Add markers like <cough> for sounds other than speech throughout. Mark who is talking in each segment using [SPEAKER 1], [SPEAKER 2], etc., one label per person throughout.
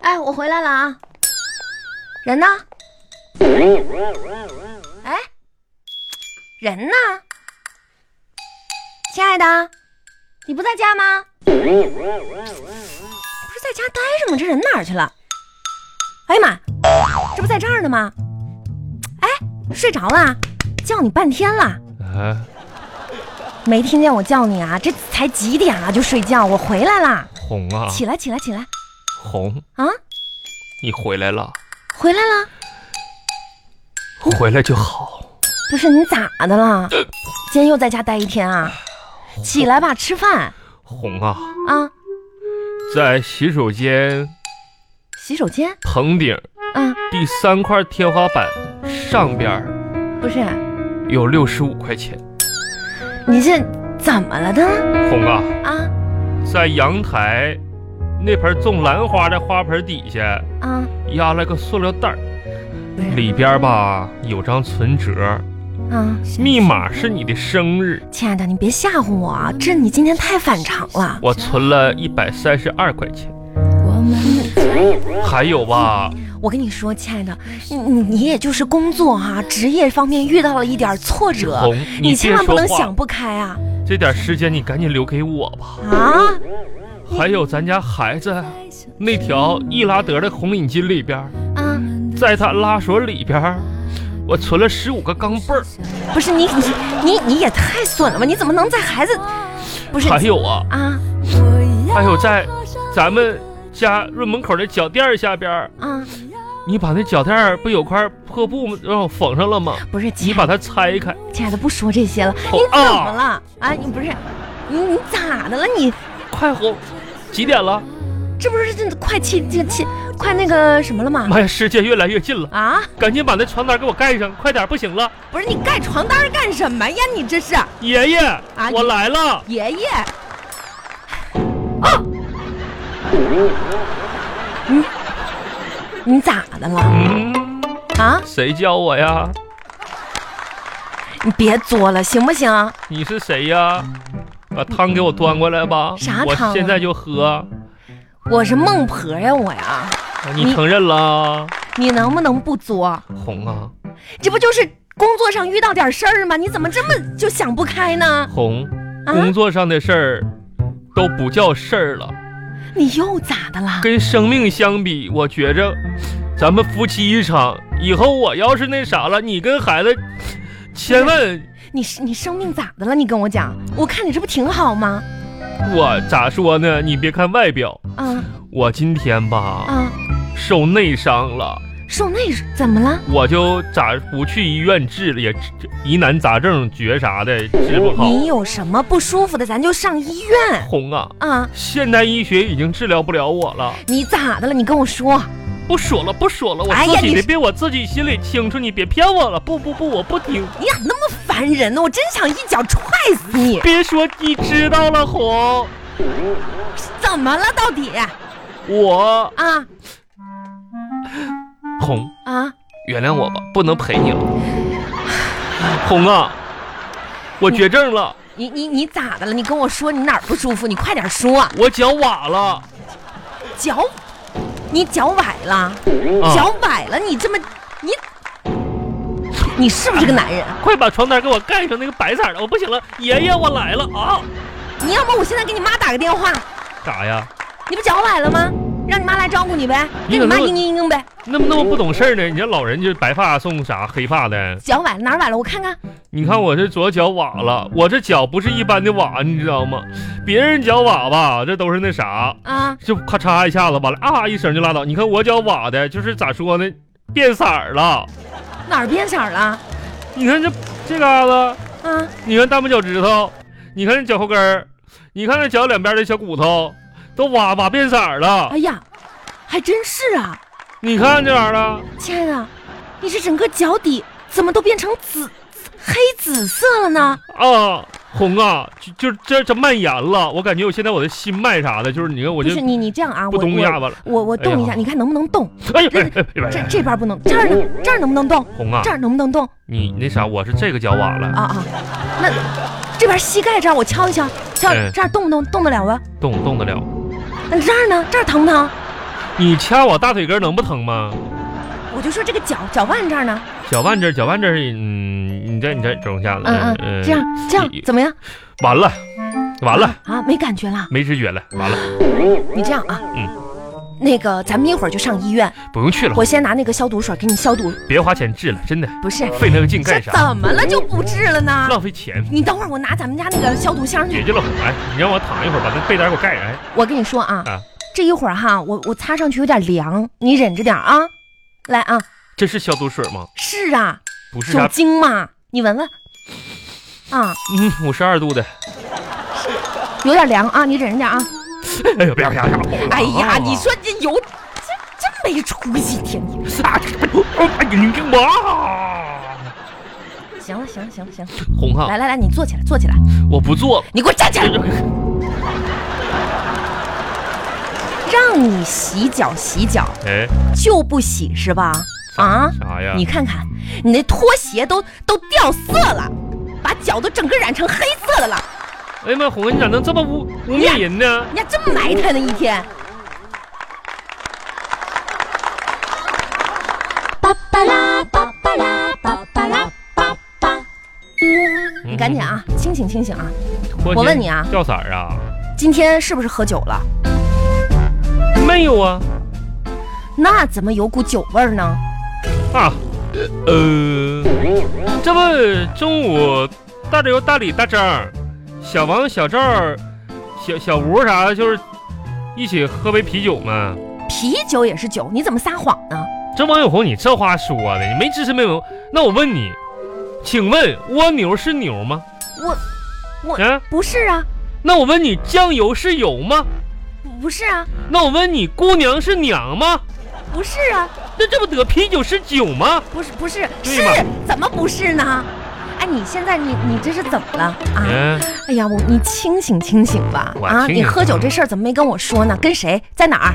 [SPEAKER 1] 哎，我回来了啊！人呢？哎，人呢？亲爱的，你不在家吗？不是在家待着吗？这人哪儿去了？哎呀妈，这不在这儿呢吗？哎，睡着了，叫你半天了，
[SPEAKER 2] 啊，
[SPEAKER 1] 没听见我叫你啊？这才几点了就睡觉？我回来啦！
[SPEAKER 2] 红啊，
[SPEAKER 1] 起来，起来，起来
[SPEAKER 2] 红，
[SPEAKER 1] 啊！
[SPEAKER 2] 你回来了，
[SPEAKER 1] 回来了，
[SPEAKER 2] 回来就好。
[SPEAKER 1] 不是你咋的了？今天又在家待一天啊？起来吧，吃饭
[SPEAKER 2] 红啊，
[SPEAKER 1] 啊！
[SPEAKER 2] 在洗手间
[SPEAKER 1] 洗手间
[SPEAKER 2] 棚顶
[SPEAKER 1] 啊，
[SPEAKER 2] 第三块天花板上边儿
[SPEAKER 1] 不是
[SPEAKER 2] 有六十五块钱。
[SPEAKER 1] 你这怎么了呢？
[SPEAKER 2] 红啊，
[SPEAKER 1] 啊
[SPEAKER 2] 在阳台那盆种兰花的花盆底下
[SPEAKER 1] 啊，
[SPEAKER 2] 压了个塑料袋儿，
[SPEAKER 1] 不是
[SPEAKER 2] 里边儿吧有张存折，
[SPEAKER 1] 啊，
[SPEAKER 2] 密码是你的生日，
[SPEAKER 1] 亲爱的，你别吓唬我啊！这你今天太反常了。
[SPEAKER 2] 我存了一百三十二块钱。还有吧，
[SPEAKER 1] 我跟你说，亲爱的，你你你也就是工作哈、职业方面遇到了一点挫折，
[SPEAKER 2] 红，
[SPEAKER 1] 你
[SPEAKER 2] 你
[SPEAKER 1] 千
[SPEAKER 2] 别
[SPEAKER 1] 万不
[SPEAKER 2] 说
[SPEAKER 1] 能
[SPEAKER 2] 话
[SPEAKER 1] 想。不开啊
[SPEAKER 2] 这点时间你赶紧留给我吧。
[SPEAKER 1] 啊！
[SPEAKER 2] 还有咱家孩子那条易拉德的红领巾里边儿，
[SPEAKER 1] 啊，
[SPEAKER 2] 在他拉锁里边儿，我存了十五个钢镚儿。
[SPEAKER 1] 不是你你你你也太损了吧？你怎么能在孩子不是
[SPEAKER 2] 还有啊，
[SPEAKER 1] 啊
[SPEAKER 2] 还有在咱们家润门口的脚垫儿下边儿，
[SPEAKER 1] 啊
[SPEAKER 2] 你把那脚垫儿不有块破布让我缝上了吗？
[SPEAKER 1] 不是
[SPEAKER 2] 你
[SPEAKER 1] 亲
[SPEAKER 2] 把它拆开。
[SPEAKER 1] 亲爱的不说这些了，
[SPEAKER 2] 好
[SPEAKER 1] 你怎么
[SPEAKER 2] 啊，
[SPEAKER 1] 了？啊，你不是你你咋的了？你
[SPEAKER 2] 快红，几点了？
[SPEAKER 1] 这不是这快气这气快那个什么了吗？
[SPEAKER 2] 妈呀，世界越来越近了，
[SPEAKER 1] 啊，
[SPEAKER 2] 赶紧把那床单给我盖上，快点，不行了。
[SPEAKER 1] 不是你盖床单干什么呀？你这是
[SPEAKER 2] 爷爷，
[SPEAKER 1] 你
[SPEAKER 2] 我来了。
[SPEAKER 1] 爷爷。哦嗯，你咋的了
[SPEAKER 2] 嗯，
[SPEAKER 1] 啊？
[SPEAKER 2] 谁叫我呀？
[SPEAKER 1] 你别作了，行不行？
[SPEAKER 2] 你是谁呀？把汤给我端过来吧。
[SPEAKER 1] 啥
[SPEAKER 2] 我
[SPEAKER 1] 汤啊
[SPEAKER 2] 现在就喝。
[SPEAKER 1] 我是孟婆呀，我呀，你
[SPEAKER 2] 你承认了？
[SPEAKER 1] 你能不能不作？
[SPEAKER 2] 红啊，
[SPEAKER 1] 这不就是工作上遇到点事儿吗？你怎么这么就想不开呢？
[SPEAKER 2] 红，
[SPEAKER 1] 啊，
[SPEAKER 2] 工作上的事儿都不叫事儿了。
[SPEAKER 1] 你又咋的了？
[SPEAKER 2] 跟生命相比，我觉着咱们夫妻一场。以后我要是那啥了，你跟孩子千万
[SPEAKER 1] 你是你生病咋的了？你跟我讲，我看你这不挺好吗？
[SPEAKER 2] 我咋说呢？你别看外表，
[SPEAKER 1] 啊
[SPEAKER 2] 我今天吧
[SPEAKER 1] 啊，
[SPEAKER 2] 受内伤了。
[SPEAKER 1] 受那怎么了？
[SPEAKER 2] 我就咋不去医院治了，也治疑难杂症绝啥的治不好。
[SPEAKER 1] 你有什么不舒服的，咱就上医院
[SPEAKER 2] 红啊，
[SPEAKER 1] 啊。
[SPEAKER 2] 现代医学已经治疗不了我了。
[SPEAKER 1] 你咋的了？你跟我说，
[SPEAKER 2] 不说了，不说了，我
[SPEAKER 1] 哎呀
[SPEAKER 2] 自己
[SPEAKER 1] 你
[SPEAKER 2] 的病我自己心里清楚，你别骗我了。不不不，我不听。
[SPEAKER 1] 你咋那么烦人呢？我真想一脚踹死你！
[SPEAKER 2] 别说你知道了，红，
[SPEAKER 1] 怎么了？到底
[SPEAKER 2] 我
[SPEAKER 1] 啊
[SPEAKER 2] 红，
[SPEAKER 1] 啊？
[SPEAKER 2] 原谅我吧，不能陪你了。红啊，我绝症了，
[SPEAKER 1] 你你你咋的了？你跟我说你哪儿不舒服？你快点说。
[SPEAKER 2] 我脚崴了。
[SPEAKER 1] 脚，你脚崴了，
[SPEAKER 2] 啊
[SPEAKER 1] 脚崴了，你这么你，你是不是个男人？
[SPEAKER 2] 快把床单给我盖上，那个白色的，我不行了。爷爷，我来了啊！
[SPEAKER 1] 你要不我现在给你妈打个电话，
[SPEAKER 2] 啥呀？
[SPEAKER 1] 你不脚崴了吗？让你妈来照顾你呗，
[SPEAKER 2] 你
[SPEAKER 1] 跟你妈
[SPEAKER 2] 怎么
[SPEAKER 1] 嘤嘤嘤嘤呗。
[SPEAKER 2] 那么那么不懂事儿呢？你这老人就白发送啥黑发的？
[SPEAKER 1] 脚崴了哪儿崴了？我看看。
[SPEAKER 2] 你看我这左脚崴了，我这脚不是一般的崴，你知道吗？别人脚崴吧，这都是那啥，
[SPEAKER 1] 啊，
[SPEAKER 2] 就咔嚓一下子完了啊一声就拉倒。你看我脚崴的，就是咋说呢，变色儿了。
[SPEAKER 1] 哪儿变色儿了？
[SPEAKER 2] 你看这这嘎达，
[SPEAKER 1] 啊，
[SPEAKER 2] 你看大拇脚趾头，你看这脚后跟儿，你看这脚两边的小骨头都崴崴变色儿了
[SPEAKER 1] 哎。呀，还真是啊，
[SPEAKER 2] 你看这玩意儿了，
[SPEAKER 1] 亲爱的，你这整个脚底怎么都变成紫紫黑紫色了呢？
[SPEAKER 2] 啊，红啊，就就这这蔓延了，我感觉我现在我的心脉啥的，就是你看我
[SPEAKER 1] 不
[SPEAKER 2] 就是
[SPEAKER 1] 你，你这样啊，
[SPEAKER 2] 不
[SPEAKER 1] 我
[SPEAKER 2] 东
[SPEAKER 1] 我
[SPEAKER 2] 亚巴了。
[SPEAKER 1] 我我动一下，
[SPEAKER 2] 哎呀
[SPEAKER 1] 你看能不能动？
[SPEAKER 2] 哎呀，哎哎哎
[SPEAKER 1] 这
[SPEAKER 2] 哎
[SPEAKER 1] 这边不能，这儿呢？这儿能不能动？
[SPEAKER 2] 红啊
[SPEAKER 1] 这，儿能不能动？
[SPEAKER 2] 你那啥，我是这个脚崴了，
[SPEAKER 1] 啊啊，那这边膝盖这儿我敲一敲，敲
[SPEAKER 2] 哎
[SPEAKER 1] 这儿动不动动得了吧？
[SPEAKER 2] 动动得了。
[SPEAKER 1] 那这儿呢？这儿疼不疼？
[SPEAKER 2] 你掐我大腿根儿能不疼吗？
[SPEAKER 1] 我就说这个脚脚腕这儿呢，
[SPEAKER 2] 脚腕这儿，脚腕这儿，嗯，你再你再整一下子，
[SPEAKER 1] 嗯嗯，这样这样怎么样？
[SPEAKER 2] 完了，完了，
[SPEAKER 1] 啊，没感觉了。
[SPEAKER 2] 没知觉了，完了，
[SPEAKER 1] 你这样啊，那个咱们一会儿就上医院，
[SPEAKER 2] 不用去了
[SPEAKER 1] 我，先拿那个消毒水给你消毒。
[SPEAKER 2] 别花钱治了，真的，
[SPEAKER 1] 不是，
[SPEAKER 2] 费那个劲
[SPEAKER 1] 这
[SPEAKER 2] 干啥？
[SPEAKER 1] 怎么了就不治了呢？
[SPEAKER 2] 浪费钱。
[SPEAKER 1] 你等会儿我拿咱们家那个消毒箱
[SPEAKER 2] 姐
[SPEAKER 1] 去。
[SPEAKER 2] 姐老婆，哎，你让我躺一会儿，把这被单给我盖上。哎，
[SPEAKER 1] 我跟你说啊
[SPEAKER 2] 啊，
[SPEAKER 1] 这一会儿哈，我我擦上去有点凉，你忍着点啊。来啊，
[SPEAKER 2] 这是消毒水吗？
[SPEAKER 1] 是啊，
[SPEAKER 2] 不是
[SPEAKER 1] 酒
[SPEAKER 2] 啥，
[SPEAKER 1] 精嘛，你闻闻。啊，
[SPEAKER 2] 嗯，五十二度的。
[SPEAKER 1] 有点凉啊，你忍着点啊。
[SPEAKER 2] 哎呦，别别别！
[SPEAKER 1] 哎呀，你说这有，这真没出息，天天。
[SPEAKER 2] 啊，哎呀，你这哇，
[SPEAKER 1] 行了，行了，行了，行了，
[SPEAKER 2] 红啊，
[SPEAKER 1] 来来来，你坐起来，坐起来，
[SPEAKER 2] 我不做了。
[SPEAKER 1] 你给我站起来，让你洗脚洗脚
[SPEAKER 2] 哎，
[SPEAKER 1] 就不洗是吧？啊，
[SPEAKER 2] 啥呀？
[SPEAKER 1] 你看看，你那拖鞋都都掉色了，把脚都整个染成黑色的了，
[SPEAKER 2] 哎呀妈，红，你咋能这么污
[SPEAKER 1] 哎
[SPEAKER 2] 污蔑人呢？
[SPEAKER 1] 你还真埋汰呢一天。
[SPEAKER 3] 巴巴拉巴巴拉巴巴拉巴巴。
[SPEAKER 2] 嗯
[SPEAKER 1] 你赶紧啊，清醒清醒啊！
[SPEAKER 2] 我
[SPEAKER 1] 我问你啊
[SPEAKER 2] 嗯掉色儿啊？
[SPEAKER 1] 今天是不是喝酒了？
[SPEAKER 2] 没有啊
[SPEAKER 1] 那怎么有股酒味儿呢？
[SPEAKER 2] 啊，呃，这不中午大刘、大李、大张、小王、小赵、小小吴啥的，就是一起喝杯啤酒嘛。
[SPEAKER 1] 啤酒也是酒，你怎么撒谎呢？
[SPEAKER 2] 这王永红，你这话说的，你没知识没文化。那我问你，请问蜗牛是牛吗？
[SPEAKER 1] 我我
[SPEAKER 2] 啊，
[SPEAKER 1] 不是啊，
[SPEAKER 2] 那我问你，酱油是油吗？
[SPEAKER 1] 不不是啊，
[SPEAKER 2] 那我问你，姑娘是娘吗？
[SPEAKER 1] 不是啊，
[SPEAKER 2] 那这不得啤酒是酒吗？
[SPEAKER 1] 不是不是
[SPEAKER 2] 对
[SPEAKER 1] 是
[SPEAKER 2] 嘛，
[SPEAKER 1] 怎么不是呢？哎，你现在你你这是怎么了啊？
[SPEAKER 2] 嗯、
[SPEAKER 1] 哎呀，我你清醒清醒吧
[SPEAKER 2] 我
[SPEAKER 1] 啊！
[SPEAKER 2] 清
[SPEAKER 1] 你
[SPEAKER 2] 醒
[SPEAKER 1] 喝酒这事儿怎么没跟我说呢？跟谁？在哪儿？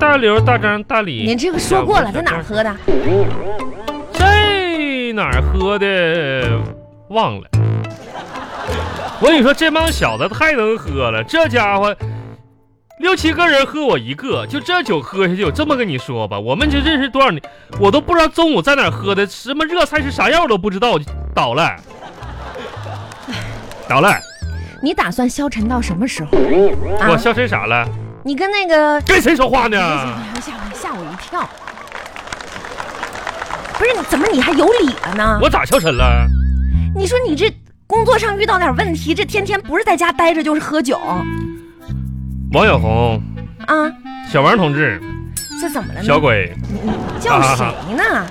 [SPEAKER 2] 大刘、大张、大李，
[SPEAKER 1] 你这个说过了，在哪儿喝的？
[SPEAKER 2] 在哪儿喝的？忘了。我跟你说，这帮小子太能喝了，这家伙六七个人喝我一个，就这酒喝下去。我这么跟你说吧，我们这认识多少年，我都不知道中午在哪儿喝的，什么热菜是啥样我都不知道，我就倒了，倒了，
[SPEAKER 1] 你打算消沉到什么时候？啊
[SPEAKER 2] 我消沉啥了？
[SPEAKER 1] 你跟那个
[SPEAKER 2] 跟谁说话呢？
[SPEAKER 1] <laughs> 吓我吓我一跳！不是，你怎么你还有理了呢？
[SPEAKER 2] 我咋消沉了？
[SPEAKER 1] 你说你这工作上遇到点问题，这天天不是在家待着就是喝酒啊？
[SPEAKER 2] 王小红、小王同志、
[SPEAKER 1] 这怎么了呢？
[SPEAKER 2] 小鬼，
[SPEAKER 1] 叫谁呢？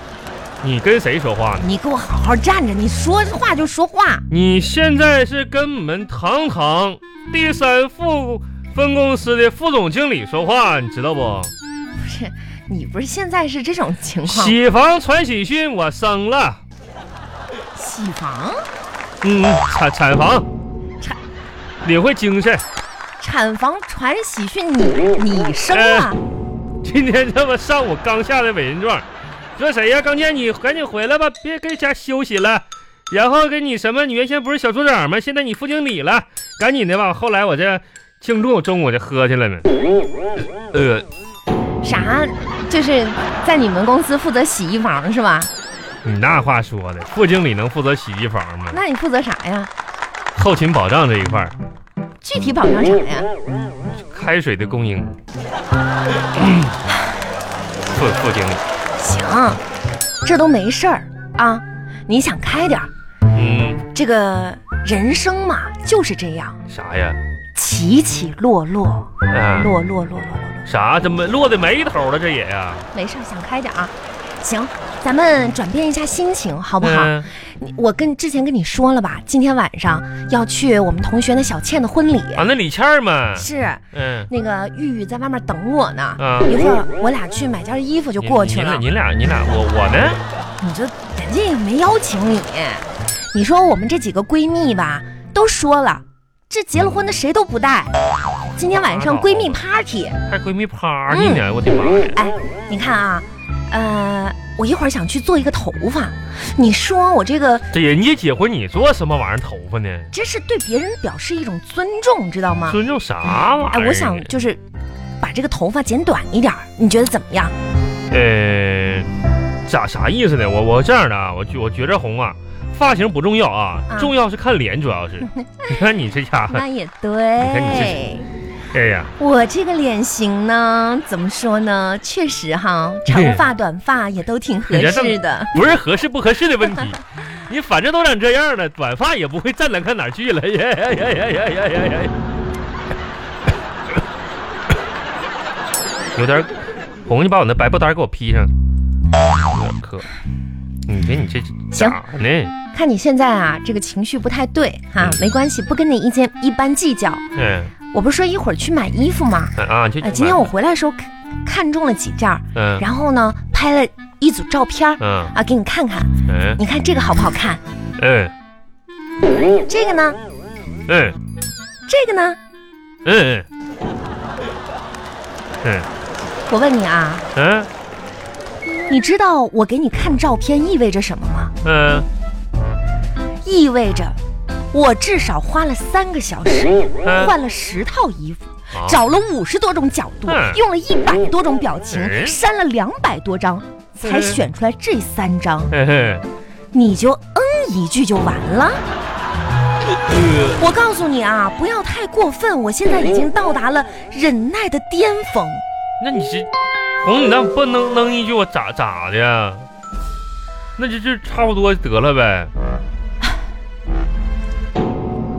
[SPEAKER 2] 你跟谁说话呢？
[SPEAKER 1] 你给我好好站着，你说话就说话。
[SPEAKER 2] 你现在是跟我们堂堂第三副分公司的副总经理说话，你知道不？
[SPEAKER 1] 不是，你不是现在是这种情况？
[SPEAKER 2] 喜房传喜讯，我生了，
[SPEAKER 1] 喜房
[SPEAKER 2] 嗯，产产房，
[SPEAKER 1] 产
[SPEAKER 2] 领会精神。
[SPEAKER 1] 产房传喜讯，你你生啊了？
[SPEAKER 2] <laughs> 今天这不上午刚下的委任状，说谁呀？刚见你赶紧回来吧，别搁家休息了。然后给你什么？你原先不是小组长吗？现在你副经理了，赶紧的吧。后来我这庆祝中午我就喝去了呢。呃，
[SPEAKER 1] 啥？就是在你们公司负责洗衣房是吧？
[SPEAKER 2] 你那话说的，副经理能负责洗衣房吗？
[SPEAKER 1] 那你负责啥呀？
[SPEAKER 2] 后勤保障这一块儿，
[SPEAKER 1] 具体保障啥呀？
[SPEAKER 2] 开水的供应，
[SPEAKER 1] <clears throat>
[SPEAKER 2] 副副经理，
[SPEAKER 1] 行，这都没事儿啊。你想开点儿，
[SPEAKER 2] 嗯，
[SPEAKER 1] 这个人生嘛就是这样，
[SPEAKER 2] 啥呀？
[SPEAKER 1] 起起落落，
[SPEAKER 2] 啊，
[SPEAKER 1] 落落落落落落，
[SPEAKER 2] 啥？这么落的没头了，这也呀、
[SPEAKER 1] 没事儿，想开点儿啊。行，咱们转变一下心情，好不好？
[SPEAKER 2] 嗯，
[SPEAKER 1] 你我跟之前跟你说了吧，今天晚上要去我们同学那小倩的婚礼。
[SPEAKER 2] 啊，那李倩儿嘛，
[SPEAKER 1] 是
[SPEAKER 2] 嗯，
[SPEAKER 1] 那个玉玉在外面等我呢，
[SPEAKER 2] 啊，
[SPEAKER 1] 一会儿我俩去买件衣服就
[SPEAKER 2] 你
[SPEAKER 1] 过去
[SPEAKER 2] 你
[SPEAKER 1] 了。
[SPEAKER 2] 你俩你俩，我我呢？
[SPEAKER 1] 你就人家也没邀请你，你说我们这几个闺蜜吧，都说了，这结了婚的谁都不带。今天晚上闺蜜 party，
[SPEAKER 2] 还闺蜜 party 呢，我的妈呀！
[SPEAKER 1] 哎，你看啊，呃，我一会儿想去做一个头发，你说我这个
[SPEAKER 2] 这人家结婚你做什么玩意儿头发呢？
[SPEAKER 1] 这是对别人表示一种尊重，知道吗？
[SPEAKER 2] 尊重啥玩意
[SPEAKER 1] 哎
[SPEAKER 2] 儿？，
[SPEAKER 1] 我想就是把把这个头发剪短一点儿，你觉得怎么样？
[SPEAKER 2] 呃，咋啥意思呢？我我这样的啊，我觉我觉着红啊，发型不重要啊，
[SPEAKER 1] 啊
[SPEAKER 2] 重要是看脸，主要是。你看你这家伙，
[SPEAKER 1] 那也
[SPEAKER 2] 看哎你
[SPEAKER 1] 对
[SPEAKER 2] 这。哎呀，
[SPEAKER 1] 我这个脸型呢，怎么说呢？确实哈，
[SPEAKER 2] 嗯
[SPEAKER 1] 长发、短发也都挺合适的。
[SPEAKER 2] 不是合适不合适的问题，你反正都长这样了，短发也不会站难看哪儿去了。哎呀呀呀呀呀呀哎呀呀！有点儿红，你把我那白布单给我披上，有点渴。你给你这
[SPEAKER 1] 行
[SPEAKER 2] 咋呢？
[SPEAKER 1] 看你现在啊，这个情绪不太对哈
[SPEAKER 2] 嗯，
[SPEAKER 1] 没关系，不跟你意见一般计较。
[SPEAKER 2] 嗯
[SPEAKER 1] 我不是说一会儿去买衣服吗？
[SPEAKER 2] 啊，就
[SPEAKER 1] 啊，今天我回来的时候看看中了几件儿，
[SPEAKER 2] 嗯
[SPEAKER 1] 然后呢拍了一组照片儿
[SPEAKER 2] 嗯
[SPEAKER 1] 啊，给你看看，
[SPEAKER 2] 嗯
[SPEAKER 1] 你看这个好不好看？
[SPEAKER 2] 嗯
[SPEAKER 1] 这个呢？
[SPEAKER 2] 嗯
[SPEAKER 1] 这个呢？
[SPEAKER 2] 嗯嗯
[SPEAKER 1] 我问你啊，
[SPEAKER 2] 嗯
[SPEAKER 1] 你知道我给你看照片意味着什么吗？
[SPEAKER 2] 嗯
[SPEAKER 1] 意味着我至少花了三个小时，
[SPEAKER 2] 嗯
[SPEAKER 1] 换了十套衣服，
[SPEAKER 2] 啊
[SPEAKER 1] 找了五十多种角度
[SPEAKER 2] 嗯，
[SPEAKER 1] 用了一百多种表情，
[SPEAKER 2] 嗯
[SPEAKER 1] 删了两百多张，才
[SPEAKER 2] 嗯
[SPEAKER 1] 选出来这三张。
[SPEAKER 2] 嗯
[SPEAKER 1] 你就嗯一句就完了。我告诉你啊，不要太过分，我现在已经到达了忍耐的巅峰。
[SPEAKER 2] 那你这红，你那不能能一句我咋咋的呀？那就就差不多得了呗。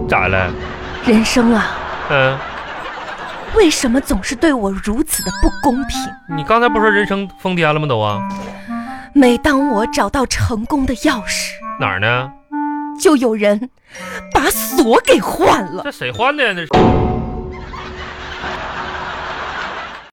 [SPEAKER 2] 咋了？
[SPEAKER 1] 人生啊，
[SPEAKER 2] 嗯，
[SPEAKER 1] 为什么总是对我如此的不公平？
[SPEAKER 2] 你刚才不是说人生疯癫了吗？都啊，
[SPEAKER 1] 每当我找到成功的钥匙，
[SPEAKER 2] 哪儿呢？
[SPEAKER 1] 就有人把锁给换了。
[SPEAKER 2] 这谁换的呀？那是